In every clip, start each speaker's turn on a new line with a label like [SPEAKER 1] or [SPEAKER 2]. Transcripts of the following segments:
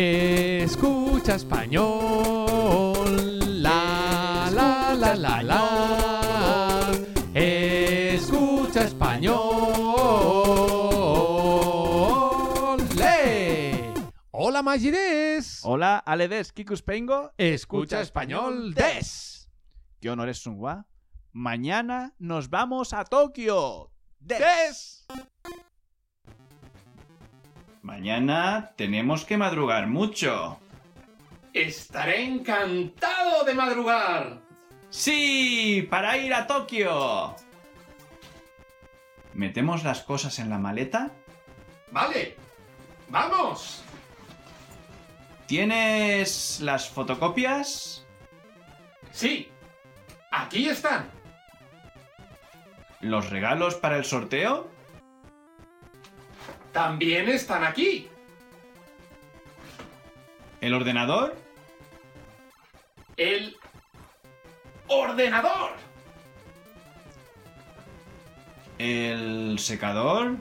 [SPEAKER 1] Escucha español. La la la la la. Escucha español. ¡Le! Hola Magidés.
[SPEAKER 2] Hola, Aledes, Kikuspengo.
[SPEAKER 1] Escucha español des.
[SPEAKER 2] Yo no eres Sunwa. Mañana nos vamos a Tokio. Des.
[SPEAKER 1] Des.
[SPEAKER 2] Mañana tenemos que madrugar mucho.
[SPEAKER 3] Estaré encantado de madrugar.
[SPEAKER 2] ¡Sí! ¡Para ir a Tokio! ¿Metemos las cosas en la maleta?
[SPEAKER 3] Vale. Vamos.
[SPEAKER 2] ¿Tienes las fotocopias?
[SPEAKER 3] Sí. Aquí están.
[SPEAKER 2] ¿Los regalos para el sorteo?
[SPEAKER 3] También están aquí.
[SPEAKER 2] ¿El ordenador?
[SPEAKER 3] El ordenador.
[SPEAKER 2] ¿El secador?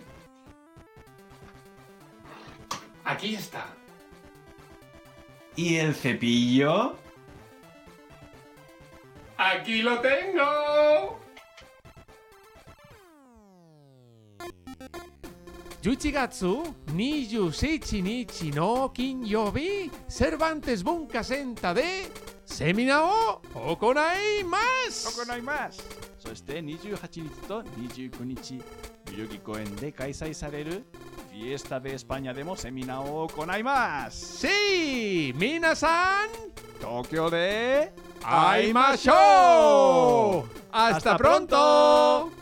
[SPEAKER 3] Aquí está.
[SPEAKER 2] ¿Y el cepillo?
[SPEAKER 3] Aquí lo tengo.
[SPEAKER 1] Yuchigatsu, Niyushichi Nichi no Kinyobi, Cervantes Bunka Senta de Semina o Okonai más.
[SPEAKER 2] いますそして28日と29日代々木公園で開催されるフィエスタ・デ・エスパニアでもセミナーを行います
[SPEAKER 1] Sí, Minasan,
[SPEAKER 2] 東京で
[SPEAKER 1] Aimashou.
[SPEAKER 2] Hasta
[SPEAKER 1] Hasta pronto.